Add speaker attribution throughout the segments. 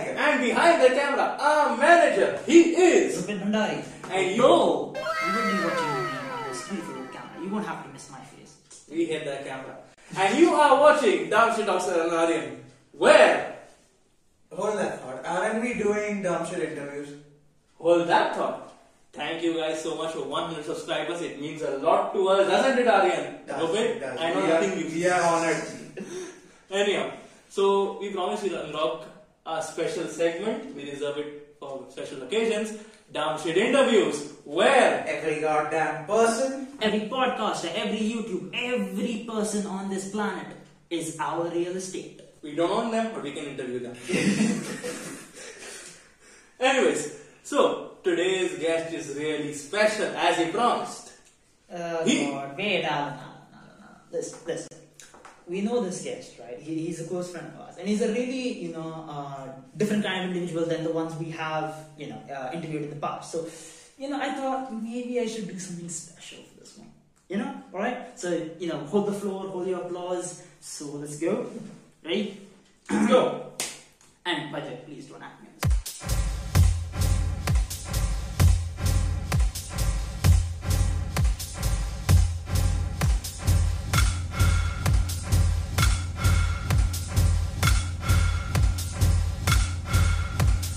Speaker 1: at the camera. Our manager, he is.
Speaker 2: Ruben Bhandari.
Speaker 1: And you,
Speaker 2: You will be watching me on the screen through the camera. You won't have to miss my face.
Speaker 1: we hit the camera. And you are watching Damshi Talks with Anarian, where,
Speaker 3: Hold that thought. Aren't we doing dumb shit interviews?
Speaker 1: hold that thought. Thank you guys so much for 1 million subscribers. It means a lot to us, doesn't it, Aryan?
Speaker 3: Does-
Speaker 1: No bit?
Speaker 3: does-
Speaker 1: I know
Speaker 3: we are-
Speaker 1: nothing you.
Speaker 3: We are honored.
Speaker 1: Anyhow, so we promise we'll unlock a special segment. We reserve it for special occasions. Damn shit interviews. Where?
Speaker 3: Every goddamn person.
Speaker 2: Every podcaster, every YouTube, every person on this planet is our real estate.
Speaker 1: We don't own them, but we can interview them. Anyways, so today's guest is really special, as he promised.
Speaker 2: Uh,
Speaker 1: He-
Speaker 2: God, wait, Alan, Alan, Alan, Alan. Listen, listen. We know this guest, right? He, he's a close friend of ours, and he's a really, you know, uh, different kind of individual than the ones we have, you know, uh, interviewed in the past. So, you know, I thought maybe I should do something special for this one. You know, all right? So, you know, hold the floor, hold your applause. So let's go. Ready?
Speaker 1: Let's go.
Speaker 2: And Vijay, please don't act me. on this.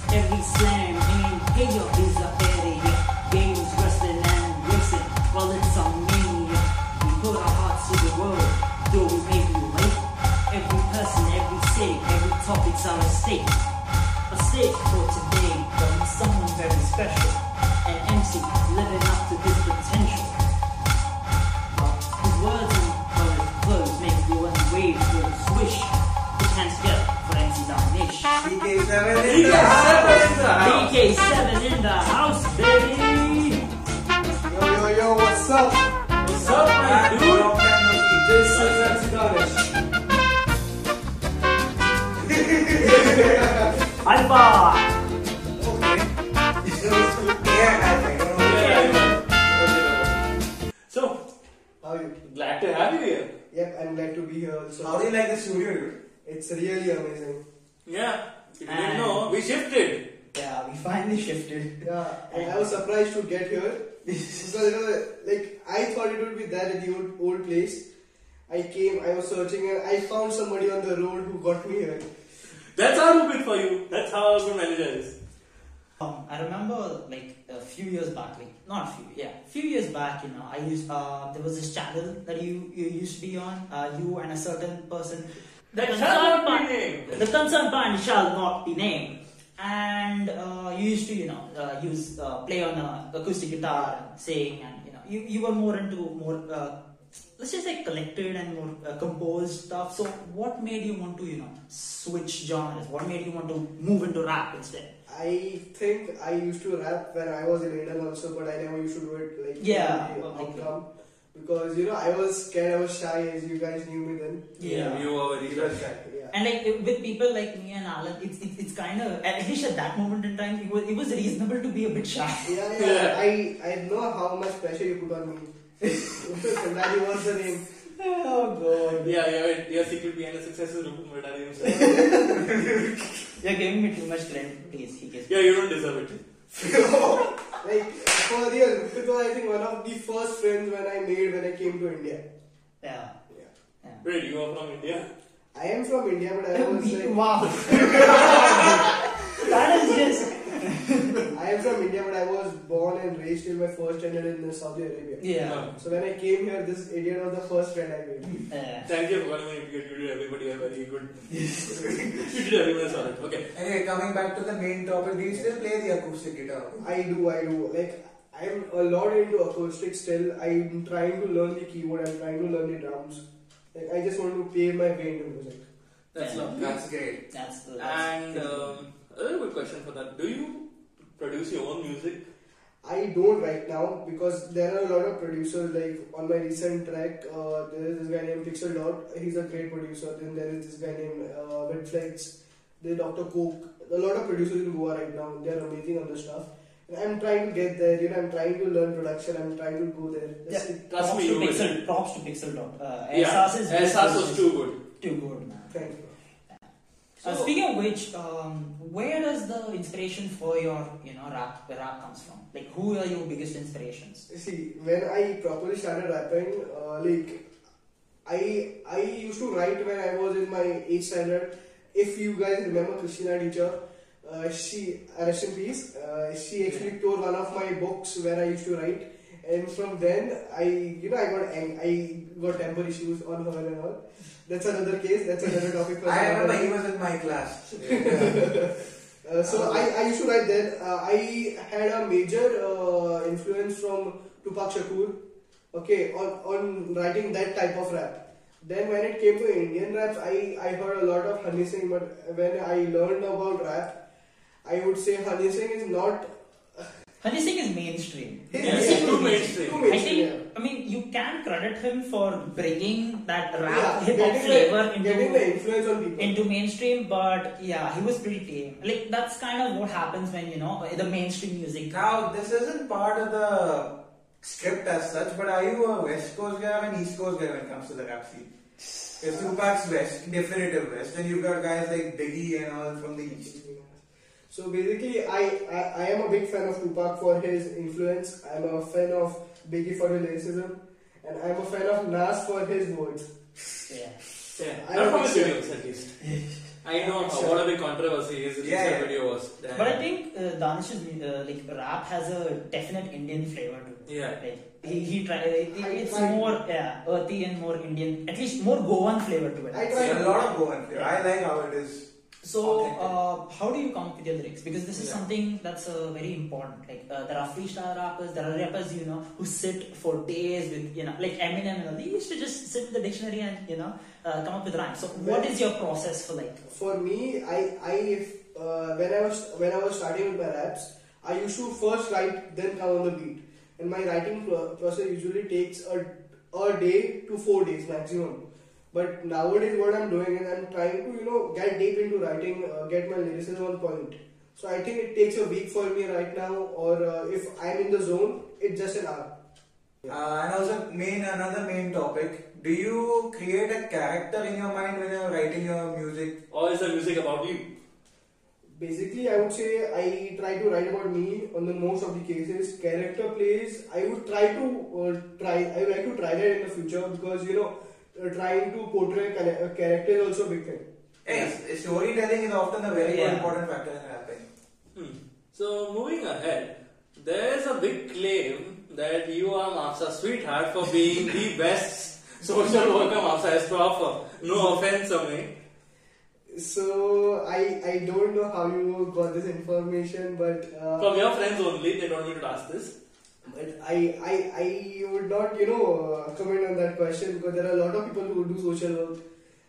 Speaker 2: Every slam and payoff is a failure. Games wrestling and racing, well it's a mania. We put our hearts to the world, though we may be late. Every person, every city, every topic's our stake. A stake for today from someone very special. An MC living up to his potential. Well, his words and colored clothes make the one wave go swish. Put hands together for MC Domination.
Speaker 3: CK7
Speaker 1: He
Speaker 3: in
Speaker 1: is seven in
Speaker 3: the house.
Speaker 1: the house.
Speaker 2: DK7 in the house, baby!
Speaker 3: Yo, yo, yo, what's up?
Speaker 1: What's up, my
Speaker 3: And
Speaker 1: dude?
Speaker 3: long time no see.
Speaker 1: This is MC Danish.
Speaker 2: High five!
Speaker 3: This is good. Yeah, I don't know.
Speaker 1: So,
Speaker 4: How are you?
Speaker 1: glad to have you here.
Speaker 4: Yep, I'm glad to be here also.
Speaker 3: How do you like the studio, dude?
Speaker 4: It's really amazing.
Speaker 1: Yeah, if you didn't know, we shifted.
Speaker 2: Yeah, we finally shifted.
Speaker 4: Yeah, and I was surprised to get here. so, you know, like, I thought it would be that at the old, old place. I came, I was searching, and I found somebody on the road who got me here.
Speaker 1: That's our Rubik for you. That's how our good manager is.
Speaker 2: Um, I remember like a few years back, like not a few, yeah, a few years back, you know, I used uh, there was this channel that you you used to be on, uh, you and a certain person.
Speaker 1: That
Speaker 2: The
Speaker 1: shall
Speaker 2: concerned
Speaker 1: not be
Speaker 2: par-
Speaker 1: named.
Speaker 2: The concerned party shall not be named. And uh, you used to, you know, uh, use uh, play on a acoustic guitar and sing, and you know, you, you were more into more uh, let's just say collected and more uh, composed stuff. So, what made you want to, you know, switch genres? What made you want to move into rap instead?
Speaker 4: I think I used to rap when I was in Indian also, but I never used to do it like
Speaker 2: Yeah,
Speaker 4: the
Speaker 2: okay.
Speaker 4: outcome. Because, you know, I was scared, I was shy, as you guys knew me then.
Speaker 1: You are very
Speaker 4: You were shy, yeah.
Speaker 2: And like with people like me and Alan, it's it's, it's kind of at least at that moment in time, it was, it was reasonable to be a bit shy.
Speaker 4: Yeah, yeah,
Speaker 1: Yeah.
Speaker 4: I, I know how much pressure you put on me. Kandari was the name.
Speaker 2: oh god,
Speaker 1: Yeah, yeah, your secret behind the success is Rupin Bhandari himself.
Speaker 2: you're giving me too much credit, please. He gives.
Speaker 1: Yeah, you don't deserve it.
Speaker 4: Like, for real, it was I think one of the first friends when I made when I came to India.
Speaker 2: Yeah.
Speaker 4: Yeah.
Speaker 2: yeah.
Speaker 1: Wait, you are from India?
Speaker 4: I am from India, but I was like,
Speaker 2: wow. that is just.
Speaker 4: I am from India, but I was born and raised till my first standard in Saudi Arabia.
Speaker 2: Yeah.
Speaker 4: So when I came here, this idiot was the first friend I made.
Speaker 2: Yeah.
Speaker 1: Thank you for calling me because you did everybody a very good. you did everyone a solid. Okay.
Speaker 3: Anyway, coming back to the main topic, do you still play the acoustic guitar?
Speaker 4: I do, I do. Like, I'm a lot into acoustic still. I'm trying to learn the keyboard. I'm trying to learn the drums. Like, I just want to pave my way into music.
Speaker 1: That's
Speaker 2: Yeah.
Speaker 1: lovely.
Speaker 3: That's great.
Speaker 2: That's the.
Speaker 1: And um, another good question for that. Do you produce your own music?
Speaker 4: I don't right now because there are a lot of producers. Like on my recent track, uh, there is this guy named Pixel Dot. He's a great producer. Then there is this guy named uh, Redflex. Then Dr. Cook. A lot of producers in Goa right now. They are amazing on the stuff. And I'm trying to get there. You know, I'm trying to learn production. I'm trying to go there.
Speaker 2: Yeah.
Speaker 4: That's
Speaker 1: Trust
Speaker 4: it.
Speaker 2: props
Speaker 1: me,
Speaker 2: to
Speaker 1: you
Speaker 2: pixel,
Speaker 1: will.
Speaker 2: Props to Pixel Dot. Uh,
Speaker 1: Yeah.
Speaker 2: SRS is
Speaker 1: SRS was too good.
Speaker 2: too good, man.
Speaker 4: Thank you.
Speaker 2: So,
Speaker 1: So-
Speaker 2: speaking of which, um, where does the inspiration for your you know rap rap comes from? Like, who are your biggest inspirations?
Speaker 4: See, when I properly started rapping, uh, like I I used to write when I was in my eighth standard. If you guys remember Christina teacher, uh, she uh, rest in peace. Uh, she actually tore one of my books where I used to write, and from then I you know I got ang- I got temper issues on her and all. That's another case. That's another topic for
Speaker 3: I
Speaker 4: another
Speaker 3: remember
Speaker 4: day.
Speaker 3: he was in my class.
Speaker 4: Uh, so I, I used to write that. Uh, I had a major uh, influence from Tupac Shakur, okay, on, on writing that type of rap. Then when it came to Indian raps, I, I heard a lot of Honey Singh, but when I learned about rap, I would say Honey Singh is not.
Speaker 2: Honey Singh is mainstream.
Speaker 4: He's
Speaker 1: Yeah,
Speaker 4: mainstream.
Speaker 1: too mainstream.
Speaker 4: Too
Speaker 2: I think
Speaker 4: mainstream,
Speaker 2: I mean you can credit him for bringing that
Speaker 4: yeah.
Speaker 2: rap
Speaker 4: Yeah,
Speaker 2: hip hop
Speaker 4: getting
Speaker 2: flavor
Speaker 4: the, getting
Speaker 2: into
Speaker 4: the influence on people.
Speaker 2: into mainstream, but yeah, he was pretty tame. Like that's kind of what happens when you know the mainstream music.
Speaker 3: Now, this isn't part of the script as such, but are you a West Coast guy or an East Coast guy when it comes to the rap scene? Because Tupac's West, definitive West, and you've got guys like Biggie and all from the East.
Speaker 4: So basically, I, I, I am a big fan of Tupac for his influence. I'm a fan of Biggie for his lyricism, and I'm a fan of Nas for his words.
Speaker 2: Yeah.
Speaker 1: Yeah,
Speaker 4: I
Speaker 1: not from
Speaker 4: don't
Speaker 1: his
Speaker 4: think
Speaker 1: videos at least. I know how, what a big controversy his recent
Speaker 3: Yeah, yeah.
Speaker 1: video was.
Speaker 2: But I think uh, Danish's uh, like rap has a definite Indian flavor to it.
Speaker 1: Yeah.
Speaker 2: Like, he he try, uh, it,
Speaker 4: I
Speaker 2: it's
Speaker 4: find-
Speaker 2: more yeah, earthy and more Indian, at least more Goan flavor to it.
Speaker 4: I
Speaker 3: There's a lot of going there. I like how it is.
Speaker 2: So,
Speaker 3: Authentic.
Speaker 2: uh, how do you come up with your lyrics? Because this is
Speaker 3: Yeah.
Speaker 2: something that's uh, very important. Like, uh, there are freestyle rappers, there are rappers, you know, who sit for days with, you know, like Eminem and all. They used to just sit with the dictionary and, you know, uh, come up with rhymes. So, what
Speaker 4: Well-
Speaker 2: is your process for like?
Speaker 4: For me, I, I if, uh, when I was when I was starting with my raps, I used to first write, then come on the beat. And my writing pro- process usually takes a, a day to four days maximum. But nowadays, what I'm doing is I'm trying to you know get deep into writing, uh, get my lyricism on point. So I think it takes a week for me right now, or uh, if I'm in the zone, it's just an hour.
Speaker 3: Uh, and also, main another main topic. Do you create a character in your mind when you're writing your music?
Speaker 1: Or is the music about you?
Speaker 4: Basically, I would say I try to write about me on the most of the cases. Character plays, I would try to uh, try. I would like to try that in the future because you know, uh, trying to portray a character is also a big thing.
Speaker 3: Yes, storytelling is often a very
Speaker 2: Yeah.
Speaker 3: important factor in rapping.
Speaker 1: Hmm. So moving ahead, there is a big claim that you are Mafsa's sweetheart for being the best social worker Mafsa has to offer. No offense, Amey.
Speaker 4: So I I don't know how you got this information, but uh,
Speaker 1: From your friends only, they don't need to ask this.
Speaker 4: but I, I I would not you know uh, comment on that question because there are a lot of people who do social work,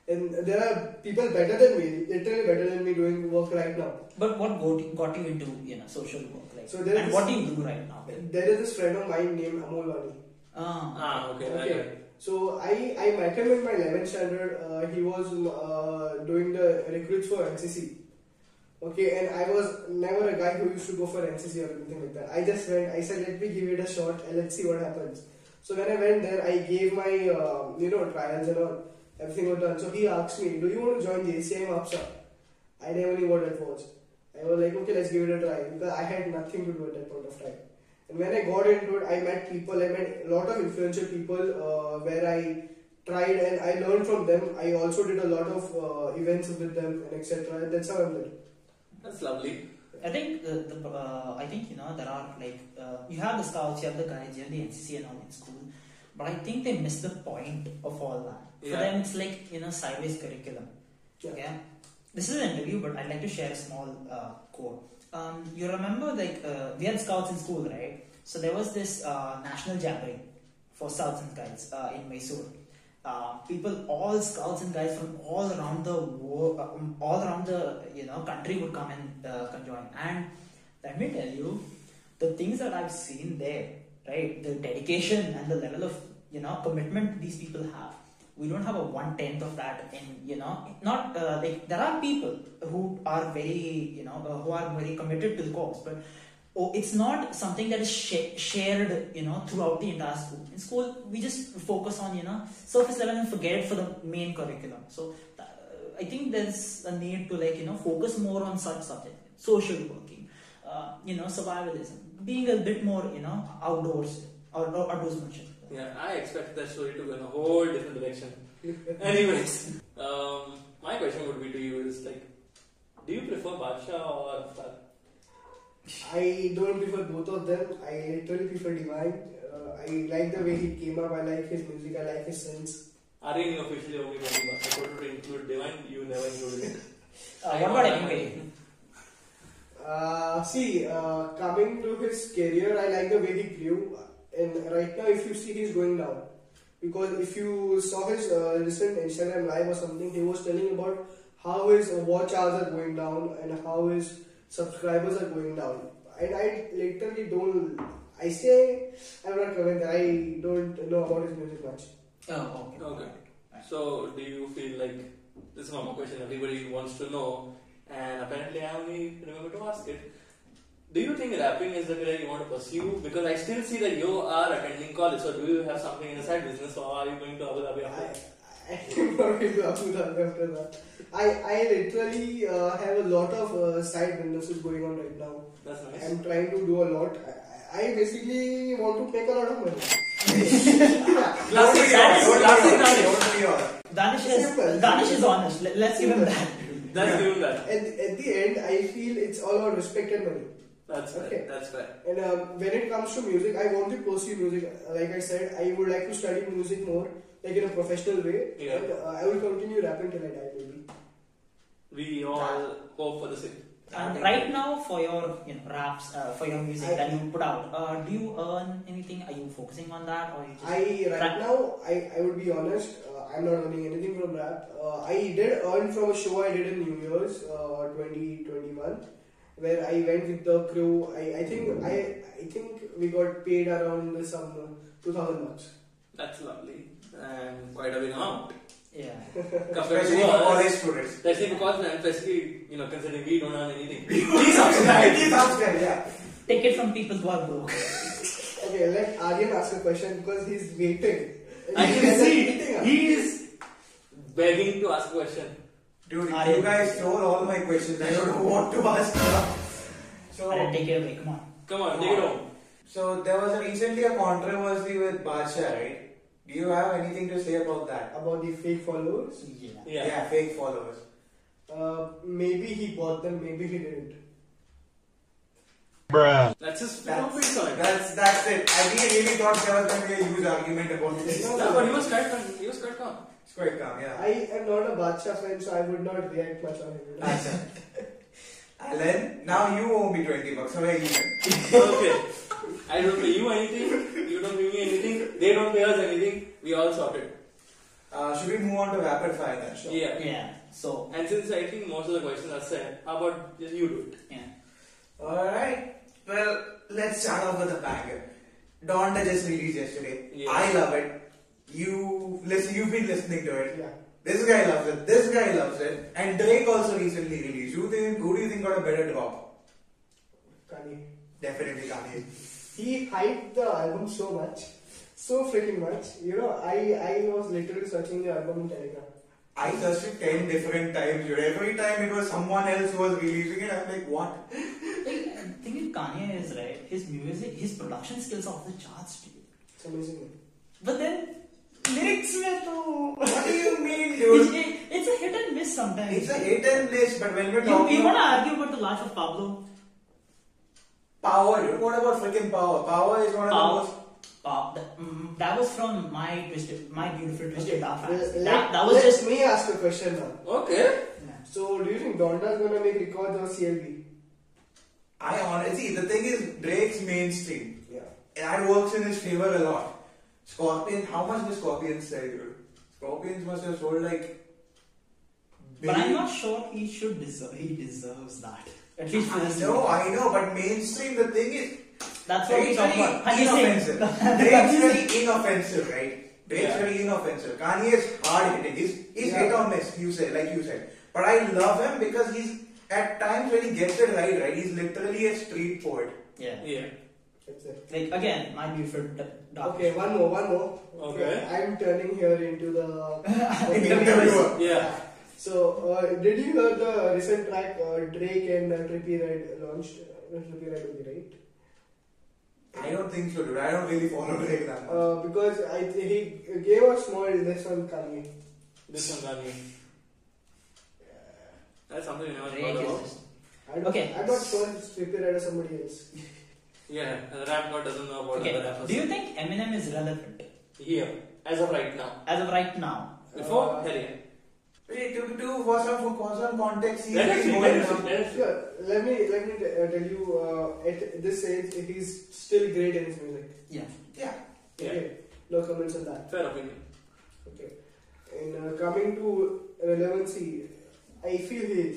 Speaker 4: and there are people better than me, literally better than me doing work right now.
Speaker 2: But what got, got you into, you know, social work? Like,
Speaker 4: So there
Speaker 2: and
Speaker 4: is-
Speaker 2: what do you do right now?
Speaker 4: There is this friend of mine named Amol Wani.
Speaker 2: Ah,
Speaker 1: Ah, okay.
Speaker 4: Okay.
Speaker 1: okay.
Speaker 4: So I, I met him in my 11th standard. Uh, he was uh, doing the recruits for NCC. Okay, and I was never a guy who used to go for NCC or anything like that. I just went. I said, let me give it a shot and let's see what happens. So when I went there, I gave my uh, you know trials and all. Everything was done. So he asked me, do you want to join JCI MAPSA? I never knew what that was. I was like, okay, let's give it a try because I had nothing to do at that point of time. And when I got into it, I met people, I met a lot of influential people uh, where I tried and I learned from them. I also did a lot of uh, events with them and etc. And that's how I'm there.
Speaker 1: That's lovely.
Speaker 2: I think the, the uh, I think you know there are like uh, you have the scouts, you have the guys, you have the NCC and all in school, but I think they miss the point of all that. For
Speaker 1: Yeah.
Speaker 2: them, it's like you know sideways curriculum.
Speaker 4: Yeah.
Speaker 2: Okay. This is an interview, but I'd like to share a small uh, quote. Um, you remember like uh, we had scouts in school, right? So there was this uh, national jamboree for scouts and guides uh, in Mysore. Uh, people, all scouts and guides from all around the world, all around the you know country would come and uh, conjoin. And let me tell you, the things that I've seen there, right? The dedication and the level of you know commitment these people have. We don't have a one tenth of that in you know not uh, like there are people who are very you know uh, who are very committed to the cause, but oh, it's not something that is sh- shared you know throughout the entire school. In school, we just focus on you know surface level and forget it for the main curriculum. So. tha- I think there's a need to like you know focus more on such subject, social working, uh, you know survivalism, being a bit more you know outdoors or, or outdoors mentioned.
Speaker 1: Yeah, I expect that story to go in a whole different direction. Anyways, um, my question would be to you is like, do you prefer Badsha or Aftar?
Speaker 4: I don't prefer both of them. I literally prefer Divine. Uh, I like the way he came up. I like his music. I like his sense.
Speaker 1: Are you officially only talking about supporter to include Divine? You never included it.
Speaker 2: Uh,
Speaker 1: I
Speaker 2: what
Speaker 1: know
Speaker 2: about
Speaker 1: that.
Speaker 2: anyway?
Speaker 4: Uh, see, uh, coming to his career, I like the way he grew. And right now, if you see, he's going down. Because if you saw his uh, recent Instagram live or something, he was telling about how his uh, watch hours are going down and how his subscribers are going down. And I literally don't. I say I'm not comment that I don't know about his music much.
Speaker 2: Oh, okay.
Speaker 1: Okay. So, do you feel like this is a normal question everybody wants to know, and apparently I only remember to ask it. Do you think rapping is the career you want to pursue? Because I still see that you are attending college, so do you have something in a side business, or are you going to Abu Dhabi after?
Speaker 4: I I am not going to Abu Dhabi after that. I, I literally uh, have a lot of uh, side businesses going on right now.
Speaker 1: That's nice.
Speaker 4: I'm trying to do a lot. I, I basically want to make a lot of money.
Speaker 1: Classic Danish, classic Danish.
Speaker 2: Danish is
Speaker 4: Simple.
Speaker 2: Danish is honest. Let, let's give him
Speaker 4: Simple.
Speaker 2: that.
Speaker 1: That's doing that.
Speaker 4: At, at the end, I feel it's all about respect and money.
Speaker 1: That's fair.
Speaker 4: Okay.
Speaker 1: That's fair.
Speaker 4: And uh, when it comes to music, I want to pursue music. Like I said, I would like to study music more, like in a professional way.
Speaker 1: Yeah.
Speaker 4: And uh, I will continue rapping till I die, maybe.
Speaker 1: We all hope for the same.
Speaker 2: And right now, for your you know raps, uh, for your music that you put out, uh, do you earn anything? Are you focusing on that, or you just
Speaker 4: I
Speaker 2: Rap-
Speaker 4: right now, I, I would be honest, uh, I'm not earning anything from rap. Uh, I did earn from a show I did in New Year's uh, 2021, where I went with the crew. I, I think I I think we got paid around some 2,000 bucks.
Speaker 1: That's lovely. And quite a big amount.
Speaker 2: yeah?
Speaker 1: Compared
Speaker 3: Especially
Speaker 1: to
Speaker 3: for
Speaker 1: us.
Speaker 3: college students.
Speaker 1: Especially because, and especially, you know, considering we don't earn anything. Please subscribe.
Speaker 3: Please subscribe, yeah.
Speaker 2: Take it from people who are broke.
Speaker 4: Okay, let Aryan ask a question because he's waiting.
Speaker 1: I
Speaker 4: He
Speaker 1: can
Speaker 4: hasn't
Speaker 1: see
Speaker 4: eaten up.
Speaker 1: he is begging to ask a question.
Speaker 3: Dude,
Speaker 2: Are
Speaker 3: you
Speaker 2: you-
Speaker 3: guys stole all my questions. I don't know what to ask now. So,
Speaker 2: Alright, take it away. Come on.
Speaker 1: Come on, take it home.
Speaker 3: so there was recently a controversy with Bacha, right? Do you have anything to say about that?
Speaker 4: About the fake followers,
Speaker 2: Yeah.
Speaker 1: Yeah.
Speaker 3: fake followers.
Speaker 4: uh, maybe he bought them, maybe he didn't.
Speaker 1: That's his full
Speaker 3: That's,
Speaker 1: face on it.
Speaker 3: that's that's it. I think really thought there was going to be a huge argument about this.
Speaker 4: No,
Speaker 1: That's what he was quite calm. He was quite calm.
Speaker 3: It's quite calm, yeah.
Speaker 4: I am not a Badshah fan, so I would not react much on it.
Speaker 3: Acha. Alan, now you owe me 20 bucks. So where you went?
Speaker 1: okay. I don't pay you anything. You don't pay me anything. They don't pay us anything. We all sorted.
Speaker 3: Uh, should we move on to rapid fire then? Sure.
Speaker 1: Yeah.
Speaker 2: Yeah. So
Speaker 1: And since I think most of the questions are said, how about just you do it?
Speaker 2: yeah.
Speaker 3: Alright. Well, let's start off with a banger. Donda just released yesterday.
Speaker 1: Yeah.
Speaker 3: I love it. You listen. You've been listening to it.
Speaker 4: Yeah.
Speaker 3: This guy loves it. This guy loves it. And Drake also recently released. You think? Who do you think got a better drop?
Speaker 4: Kanye.
Speaker 3: Definitely Kanye.
Speaker 4: He hyped the album so much, so freaking much. You know, I I was literally searching the album in Telegram.
Speaker 3: I searched it ten different times. dude. Every time it was someone else who was releasing it. I'm like, what?
Speaker 2: Like, I think in Kanye is right. His music, his production skills are off the charts. Dude.
Speaker 4: It's amazing.
Speaker 2: But then lyrics, mein to-
Speaker 3: What do you mean,
Speaker 2: It's-
Speaker 3: dude?
Speaker 2: it, it's a hit and miss sometimes.
Speaker 3: It's a hit and miss, but when we're
Speaker 2: You,
Speaker 3: talking
Speaker 2: you wanna
Speaker 3: about
Speaker 2: argue about the life of Pablo?
Speaker 3: power, dude, what about freaking power? Power is one of
Speaker 2: Power.
Speaker 3: the most.
Speaker 2: Uh, that, mm, that was from my twisted, my beautiful twisted dark fantasy.
Speaker 4: Let-
Speaker 2: That, that was
Speaker 4: let
Speaker 2: just
Speaker 4: me ask a question now.
Speaker 1: Okay.
Speaker 4: So, do you think Donda is gonna make records or CLB?
Speaker 3: I honestly, see, the thing is, Drake's mainstream.
Speaker 4: Yeah.
Speaker 3: That works in his favor a lot. Scorpions, how much did Scorpions sell, dude? Scorpions must have sold like.
Speaker 2: But I'm
Speaker 3: billion-
Speaker 2: not sure he should deserve. He deserves that. At least for
Speaker 3: I
Speaker 2: this
Speaker 3: know,
Speaker 2: movie.
Speaker 3: I know, but mainstream, the thing is.
Speaker 2: That's what we
Speaker 3: Drake's
Speaker 2: talk
Speaker 3: very
Speaker 2: about. Honey
Speaker 3: inoffensive.
Speaker 2: Singh.
Speaker 3: Drake's very inoffensive, right? Drake's
Speaker 1: Yeah.
Speaker 3: very inoffensive. Kanye is hard hitting. He's, he's
Speaker 4: Yeah.
Speaker 3: hit or miss, you say, like you said. But I love him because he's at times when he gets it right, right? He's literally a street poet.
Speaker 2: Yeah.
Speaker 1: Yeah.
Speaker 4: That's it.
Speaker 2: Like again, my beautiful d- dark.
Speaker 4: Okay, one more, one more.
Speaker 1: Okay.
Speaker 4: I'm turning here into the
Speaker 3: Interviewer.
Speaker 1: Yeah.
Speaker 4: So, uh, did you hear the recent track uh, Drake and uh, Trippie Redd launched? Uh, Trippie Redd only, right?
Speaker 3: I don't think so, dude. I don't really follow Drake that much.
Speaker 4: Uh, because I th- he gave a small this on Kanye.
Speaker 1: This one, Kanye. That's something we never
Speaker 2: Drake
Speaker 1: thought
Speaker 2: is
Speaker 1: about.
Speaker 2: just-
Speaker 4: I don't,
Speaker 2: Okay.
Speaker 4: I'm not sure if Trippie Redd or somebody else.
Speaker 1: Yeah, the rap god doesn't know about other
Speaker 2: Okay.
Speaker 1: rappers.
Speaker 2: Do you think Eminem is relevant
Speaker 1: Here, as of right now.
Speaker 2: as of right now?
Speaker 1: Before,
Speaker 4: Uh,
Speaker 1: Harry.
Speaker 3: Wait, to, to, for some, for some context, he's
Speaker 1: Let us see,
Speaker 3: been
Speaker 1: let
Speaker 3: going
Speaker 1: us see,
Speaker 3: down.
Speaker 1: let us see.
Speaker 4: Yeah, let me let me t- uh, tell you. Uh, at this age, he's still great in his music.
Speaker 2: Yeah.
Speaker 3: Yeah.
Speaker 1: Yeah.
Speaker 4: Okay, no comments on that.
Speaker 1: Fair opinion.
Speaker 4: Okay. And uh, coming to relevancy, I feel he is.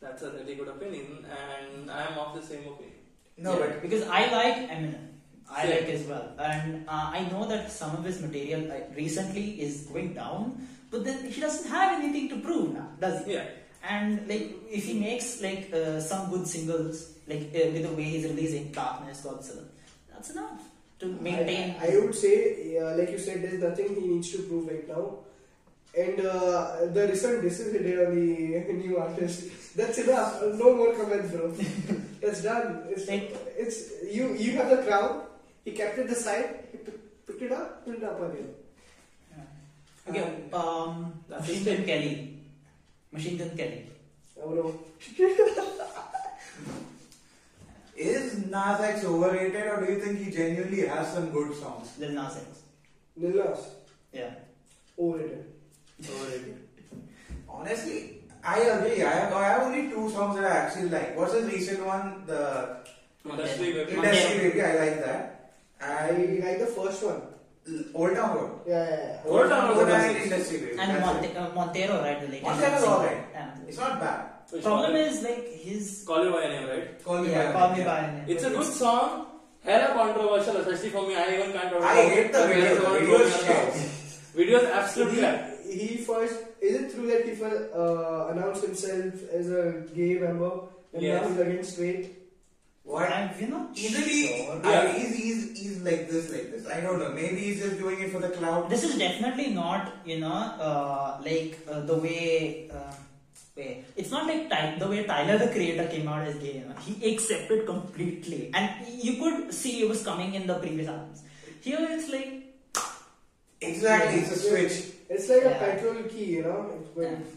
Speaker 1: That's a really good opinion, and I am of the same opinion.
Speaker 3: No,
Speaker 2: Yeah,
Speaker 3: but
Speaker 2: because I like Eminem. I
Speaker 1: Same.
Speaker 2: like as well, and uh, I know that some of his material uh, recently is going down, but then he doesn't have anything to prove now, does he?
Speaker 1: Yeah.
Speaker 2: And like, if he makes like uh, some good singles, like uh, with the way he's releasing Darkness, Godzilla, that's enough to maintain.
Speaker 4: I, I would say, yeah, like you said, there's nothing he needs to prove right now. And uh, the recent disses he did on the new artist, that's enough. No more comments, bro. that's done. It's,
Speaker 2: Thank-
Speaker 4: it's you. You have the crown. He captured the side. He pick- picked it up. Put it up again.
Speaker 2: Yeah. Okay, um,
Speaker 1: That's
Speaker 2: Machine
Speaker 1: his
Speaker 2: Gun Kelly, Machine Gun Kelly.
Speaker 4: Oh no.
Speaker 3: is Nas X overrated or do you think he genuinely has some good songs?
Speaker 2: Lil Nas X.
Speaker 4: Lil Nas.
Speaker 2: Yeah.
Speaker 4: Overrated.
Speaker 1: Overrated.
Speaker 3: Honestly, I agree. I have, I have only two songs that I actually like. What's his recent one? The
Speaker 1: Industry
Speaker 2: Okay.
Speaker 1: weapon.
Speaker 3: Industry Baby. I like that.
Speaker 4: I
Speaker 3: I
Speaker 4: like the first one.
Speaker 3: Old Town Road.
Speaker 4: Yeah, yeah, yeah.
Speaker 1: Old Town Road
Speaker 3: Old
Speaker 1: was
Speaker 3: Town
Speaker 1: nice.
Speaker 3: Industry Baby.
Speaker 2: And
Speaker 3: That's
Speaker 2: Monte- uh, Montero, right? The latest
Speaker 3: Montero's
Speaker 2: single.
Speaker 3: alright.
Speaker 2: Yeah.
Speaker 3: it. It's not bad.
Speaker 1: Which
Speaker 2: Problem
Speaker 1: one?
Speaker 2: is like his.
Speaker 1: Call You By Your Name, right?
Speaker 3: Call me
Speaker 2: yeah,
Speaker 3: by
Speaker 2: call
Speaker 3: Name,
Speaker 2: me
Speaker 3: yeah.
Speaker 2: by your name.
Speaker 1: It's a good song. Hella controversial, especially for me. I even can't.
Speaker 3: I hate the video. The video is shit.
Speaker 1: Video is absolutely crap.
Speaker 4: He, he first is it true that he first uh, announced himself as a gay member and
Speaker 1: Yes.
Speaker 4: now he's against straight?
Speaker 3: What?
Speaker 2: I'm, we're not
Speaker 3: Easily,
Speaker 2: sure.
Speaker 3: I, he's, he's, he's like this, like this. I don't know. Maybe he's just doing it for the clout.
Speaker 2: This is definitely not, you know, uh, like uh, the way. Uh, way. It's not like Ty- the way Tyler the Creator came out as gay. You know? He accepted completely, and you could see it was coming in the previous albums. Here it's like
Speaker 3: Exactly, it's a switch.
Speaker 4: It's like
Speaker 2: Yeah.
Speaker 4: a petrol key, you know. It's going,
Speaker 2: Yeah.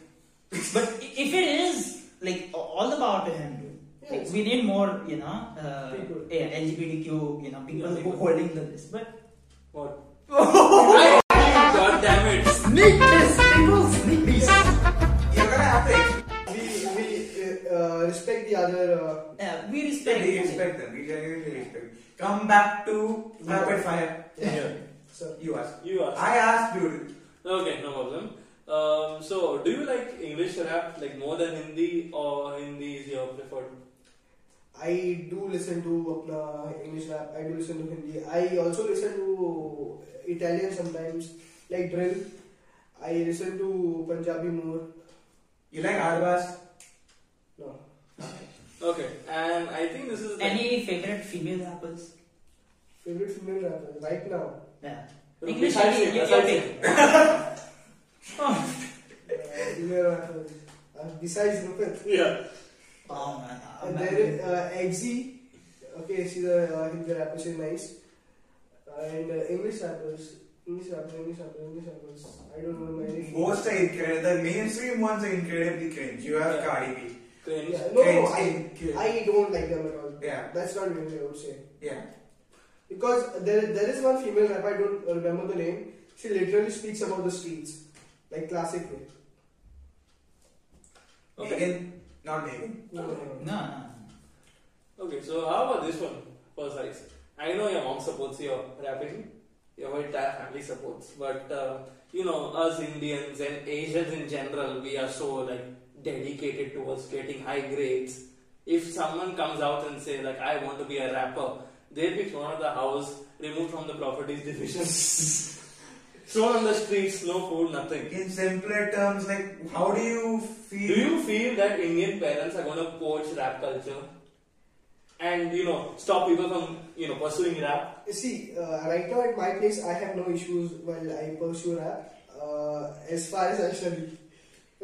Speaker 2: But i- if it is like a- all about him, dude,
Speaker 4: Yeah,
Speaker 2: like,
Speaker 4: it's-
Speaker 2: we need more, you know, uh,
Speaker 4: People.
Speaker 2: yeah, LGBTQ, you know, people
Speaker 1: Yeah, people.
Speaker 2: who holding the list. But
Speaker 1: What? I hate you, God damn it!
Speaker 2: sneak this, people sneak this.
Speaker 3: You're gonna have to expect
Speaker 4: we we uh, respect the other. Uh,
Speaker 2: Yeah, we respect.
Speaker 3: We respect them. We genuinely respect. Come back to rapid fire.
Speaker 1: Yeah.
Speaker 4: so
Speaker 3: You ask.
Speaker 1: You are.
Speaker 3: I asked, dude.
Speaker 1: Okay, no problem. Um, so, do you like English rap like more than Hindi, or Hindi is your preferred?
Speaker 4: I do listen to apna English rap. I do listen to Hindi. I also listen to Italian sometimes, like drill. I listen to Punjabi more.
Speaker 3: You like Arbas?
Speaker 4: No,
Speaker 1: Okay, and I think this is the
Speaker 2: Any favorite female rappers?
Speaker 4: favorite female rapper right now.
Speaker 2: Yeah.
Speaker 1: No,
Speaker 2: English,
Speaker 1: besides
Speaker 2: Hindi,
Speaker 1: it,
Speaker 2: you-
Speaker 1: besides
Speaker 2: okay. Oh.
Speaker 4: Uh, female rapper. Uh, besides Rupert.
Speaker 1: Yeah.
Speaker 2: Oh, man, I'm
Speaker 4: And
Speaker 2: not-
Speaker 4: there is uh, Eggsy. Okay, she's a uh, Hindi rapper. She's nice. Uh, and uh, English rappers, English rappers, English rappers, English rappers. I don't know many.
Speaker 3: Most are incredible. The mainstream ones are incredibly cringe. You have
Speaker 1: Yeah.
Speaker 3: Cardi B.
Speaker 1: Cringe.
Speaker 4: Yeah, no, no,
Speaker 3: Cringe,
Speaker 4: I,
Speaker 3: cringe.
Speaker 4: I don't like them at all.
Speaker 3: Yeah.
Speaker 4: That's not really I would say.
Speaker 3: Yeah.
Speaker 4: Because there, there is one female rapper. I don't remember the name. She literally speaks about the streets, like classic way.
Speaker 1: Okay.
Speaker 3: Megan, not Megan.
Speaker 4: No, no, no.
Speaker 2: No, no, no.
Speaker 1: Okay, so how about this one? For size. I know your mom supports your rapping, your whole entire family supports, but uh, you know, us Indians and Asians in general, we are so like dedicated towards getting high grades. If someone comes out and say like, I want to be a rapper, they'll be thrown out of the house, removed from the properties divisions, thrown on the streets, no food, nothing.
Speaker 3: In simpler terms, like, how do you feel?
Speaker 1: Do you feel that Indian parents are going to poach rap culture and you know stop people from you know pursuing rap?
Speaker 4: You See, uh, right now at my place, I have no issues while I pursue rap. Uh, as far as I study,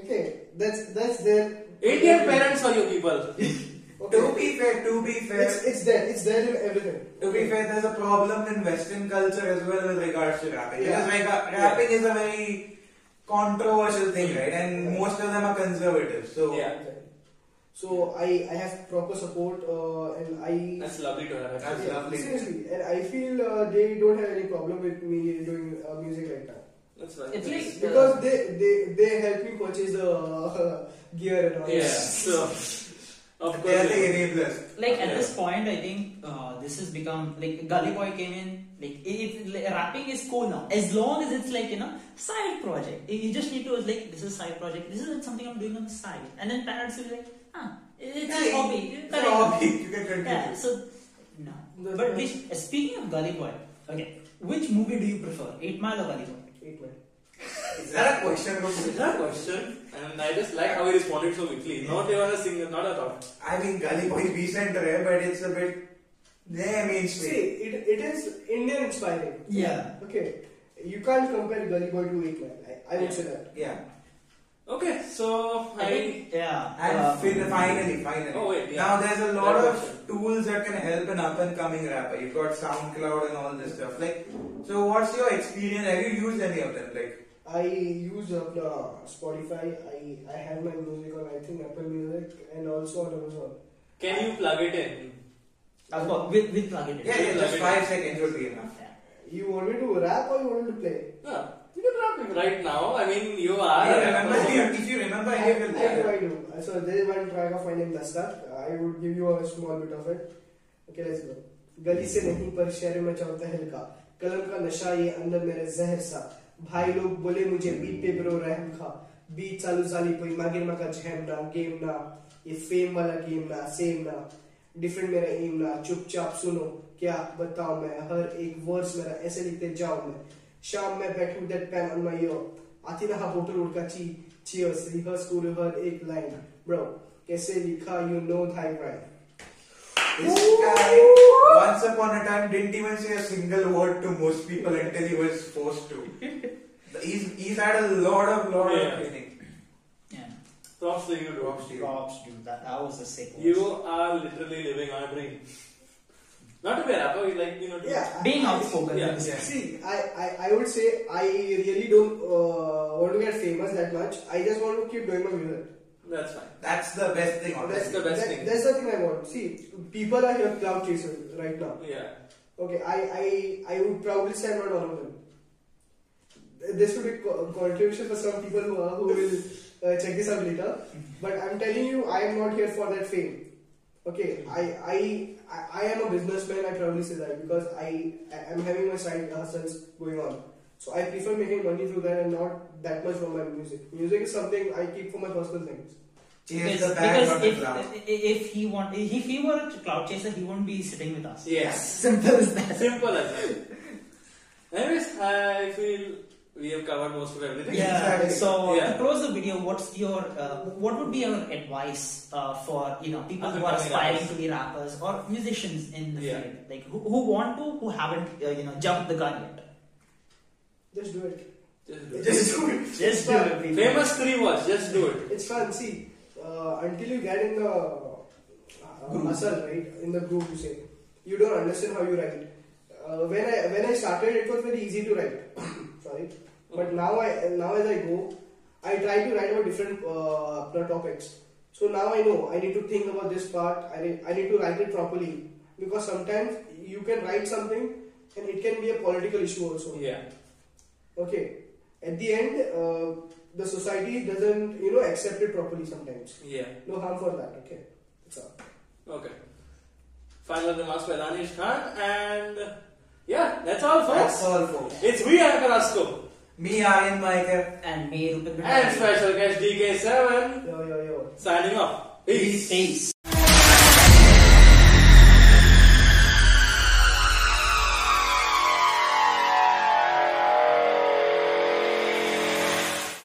Speaker 4: Okay, that's that's there.
Speaker 1: Indian parents are you people?
Speaker 3: To
Speaker 4: Okay.
Speaker 3: be fair, to be fair,
Speaker 4: It's, it's there. It's there in everything.
Speaker 3: to be fair, there's a problem in Western culture as well with regards to rapping.
Speaker 4: Yeah.
Speaker 3: Because rega-
Speaker 4: Yeah.
Speaker 3: rapping is a very controversial thing, right? And
Speaker 4: Yeah.
Speaker 3: most of them are conservative. So
Speaker 1: Mm. Yeah.
Speaker 4: So I, I have proper support uh, and I
Speaker 1: That's lovely to have.
Speaker 3: That's
Speaker 1: actually.
Speaker 4: yeah,
Speaker 3: lovely.
Speaker 4: seriously and I feel uh, they don't have any problem with me doing uh, music right now
Speaker 1: That's right.
Speaker 2: It's like-
Speaker 4: because they, they they help me purchase the uh, gear and all.
Speaker 1: yeah. So of
Speaker 3: they are
Speaker 1: course.
Speaker 3: the
Speaker 1: yeah.
Speaker 3: enablers.
Speaker 2: Like at
Speaker 1: Yeah.
Speaker 2: this point, I think uh, this has become like Gully Boy came in. Like it, it like, rapping is cool now, as long as it's like you know side project. You- You just need to like this is side project. This is something I'm doing on the side, and then parents will be like, ah, it's a
Speaker 3: Yeah,
Speaker 2: hobby.
Speaker 3: It's a
Speaker 2: Correct.
Speaker 3: hobby. You can continue.
Speaker 2: Yeah. So no.
Speaker 4: That's
Speaker 2: But
Speaker 4: right.
Speaker 2: which, speaking of Gully Boy, okay, which movie do you prefer, Eight Mile or Gully Boy?
Speaker 4: Eight man.
Speaker 3: Is that a question from
Speaker 1: Is that a question? And I just like how he responded so quickly. Not even a single, not a thought.
Speaker 3: I mean, Gully Boy is decent, right? But it's a bit. Yeah,
Speaker 4: See,
Speaker 3: mainstream.
Speaker 4: it, it is Indian inspiring.
Speaker 2: Yeah.
Speaker 4: Okay, you can't compare Gully Boy to Eight Man. I, I would
Speaker 1: Yeah.
Speaker 4: say that.
Speaker 3: Yeah.
Speaker 1: Okay, so
Speaker 2: I
Speaker 1: I
Speaker 2: think yeah.
Speaker 3: And
Speaker 2: uh,
Speaker 3: fin- finally, finally.
Speaker 1: Um, Oh, wait, yeah.
Speaker 3: Now there's a lot
Speaker 1: That
Speaker 3: of
Speaker 1: question.
Speaker 3: tools that can help an up and coming rapper. You've got SoundCloud and all this stuff. Like, so what's your experience? Have you used any of them? Like,
Speaker 4: I use up uh, Spotify. I, I have my music on I think Apple Music and also on Amazon.
Speaker 1: can you plug it in?
Speaker 2: Of course, with with plug-in.
Speaker 3: yeah, yeah, just
Speaker 1: Like-
Speaker 3: five seconds would be enough.
Speaker 4: You want me to rap or you want me to play?
Speaker 1: No, you can drop it right now. I mean, you are.
Speaker 3: You remember, if, you, if you remember,
Speaker 4: I,
Speaker 3: you will.
Speaker 4: I do, I do. Uh, So there is one track of my name Dastard. I would give you a small bit of it. Okay, let's go. गली से नहीं पर शहर में चौथा हल्का कलम का नशा ये अंदर मेरे जहर सा भाई लोग बोले मुझे बीट पे ब्रो रहम खा बीट चालू जाली कोई मागिर मका जहम ना गेम ना ये फेम वाला गेम ना सेम ना डिफरेंट मेरा एम ना चुपचाप सुनो क्या बताऊं मैं हर एक वर्स मेरा ऐसे लिखते जाऊं मैं शाम में बैठू that pain on my ear आती रहा होटल उड़का ची चियर्स रिहर्स टू रिहर एक लाइन ब्रो कैसे लिखा यू नो थाई right
Speaker 3: This guy, once upon a time, didn't even say a single word to most people until he was forced to. he's, he's had a lot of, lot
Speaker 1: Yeah.
Speaker 3: of training.
Speaker 2: Yeah.
Speaker 1: Props to you, bro.
Speaker 3: Props to you.
Speaker 2: Props, dude. That, that was a sick one.
Speaker 1: You are literally living our dream. Not to be a rapper, we like you know. To
Speaker 4: Yeah.
Speaker 2: being outspoken.
Speaker 1: Yeah,
Speaker 2: that's-
Speaker 3: yeah.
Speaker 4: See, I, I, I would say I really don't uh, want to get famous that much. I just want to keep doing my music.
Speaker 1: That's fine.
Speaker 3: That's the best thing, honestly.
Speaker 1: That's the best
Speaker 4: That-
Speaker 1: thing.
Speaker 4: That's the thing I want. See, people are here cloud chasers right now.
Speaker 1: Yeah.
Speaker 4: Okay, I, I, I would probably say I'm not one of them. This would be co- controversial for some people who, are, who will uh, check this out later. But I'm telling you, I am not here for that fame. Okay, I I, I, I am a businessman. I probably say that because I I am having my side hustles going on. So I prefer making money through that and not that much from my music. Music is something I keep for my personal things.
Speaker 3: Chase
Speaker 2: Because-
Speaker 3: the bag on
Speaker 2: because
Speaker 3: the
Speaker 2: if,
Speaker 3: ground.
Speaker 2: i- i- if he want, if he were a cloud chaser, he wouldn't be sitting with us.
Speaker 1: Yes.
Speaker 2: Simple as that.
Speaker 1: Simple as that. Anyways, I feel we have covered most of everything.
Speaker 2: Yeah.
Speaker 3: Exactly.
Speaker 2: So
Speaker 1: Yeah.
Speaker 2: to close the video, what's your uh, what would be your advice uh, for you know people who are
Speaker 1: Up-and-coming
Speaker 2: aspiring
Speaker 1: rappers.
Speaker 2: to be rappers or musicians in the
Speaker 1: Yeah.
Speaker 2: field, like who, who want to, who haven't uh, you know jumped the gun yet?
Speaker 4: Just do it.
Speaker 1: Just do it.
Speaker 3: Just do it.
Speaker 2: Just
Speaker 4: do it,
Speaker 1: Famous three words. Just do it.
Speaker 4: It's fun. See, uh, until you get in the uh, muscle, right? In the groove, you say you don't understand how you write. Uh, when I when I started, it was very easy to write. Sorry, but now I now as I go, I try to write about different uh, plot topics. So now I know I need to think about this part. I need, I need to write it properly because sometimes you can write something and it can be a political issue also.
Speaker 1: Yeah.
Speaker 4: Okay. At the end, uh, the society doesn't, you know, accept it properly sometimes.
Speaker 1: Yeah.
Speaker 4: No harm for that. Okay. That's all.
Speaker 1: Okay. Final remarks by Danish Khan and yeah, that's all
Speaker 3: That's
Speaker 1: folks.
Speaker 3: all, folks.
Speaker 1: It's we at Carrasco
Speaker 3: Me, Aryan Micah.
Speaker 2: And may Rupinder
Speaker 1: and special guest DK7
Speaker 4: Yo, yo, yo.
Speaker 1: signing off. Peace.
Speaker 2: Peace.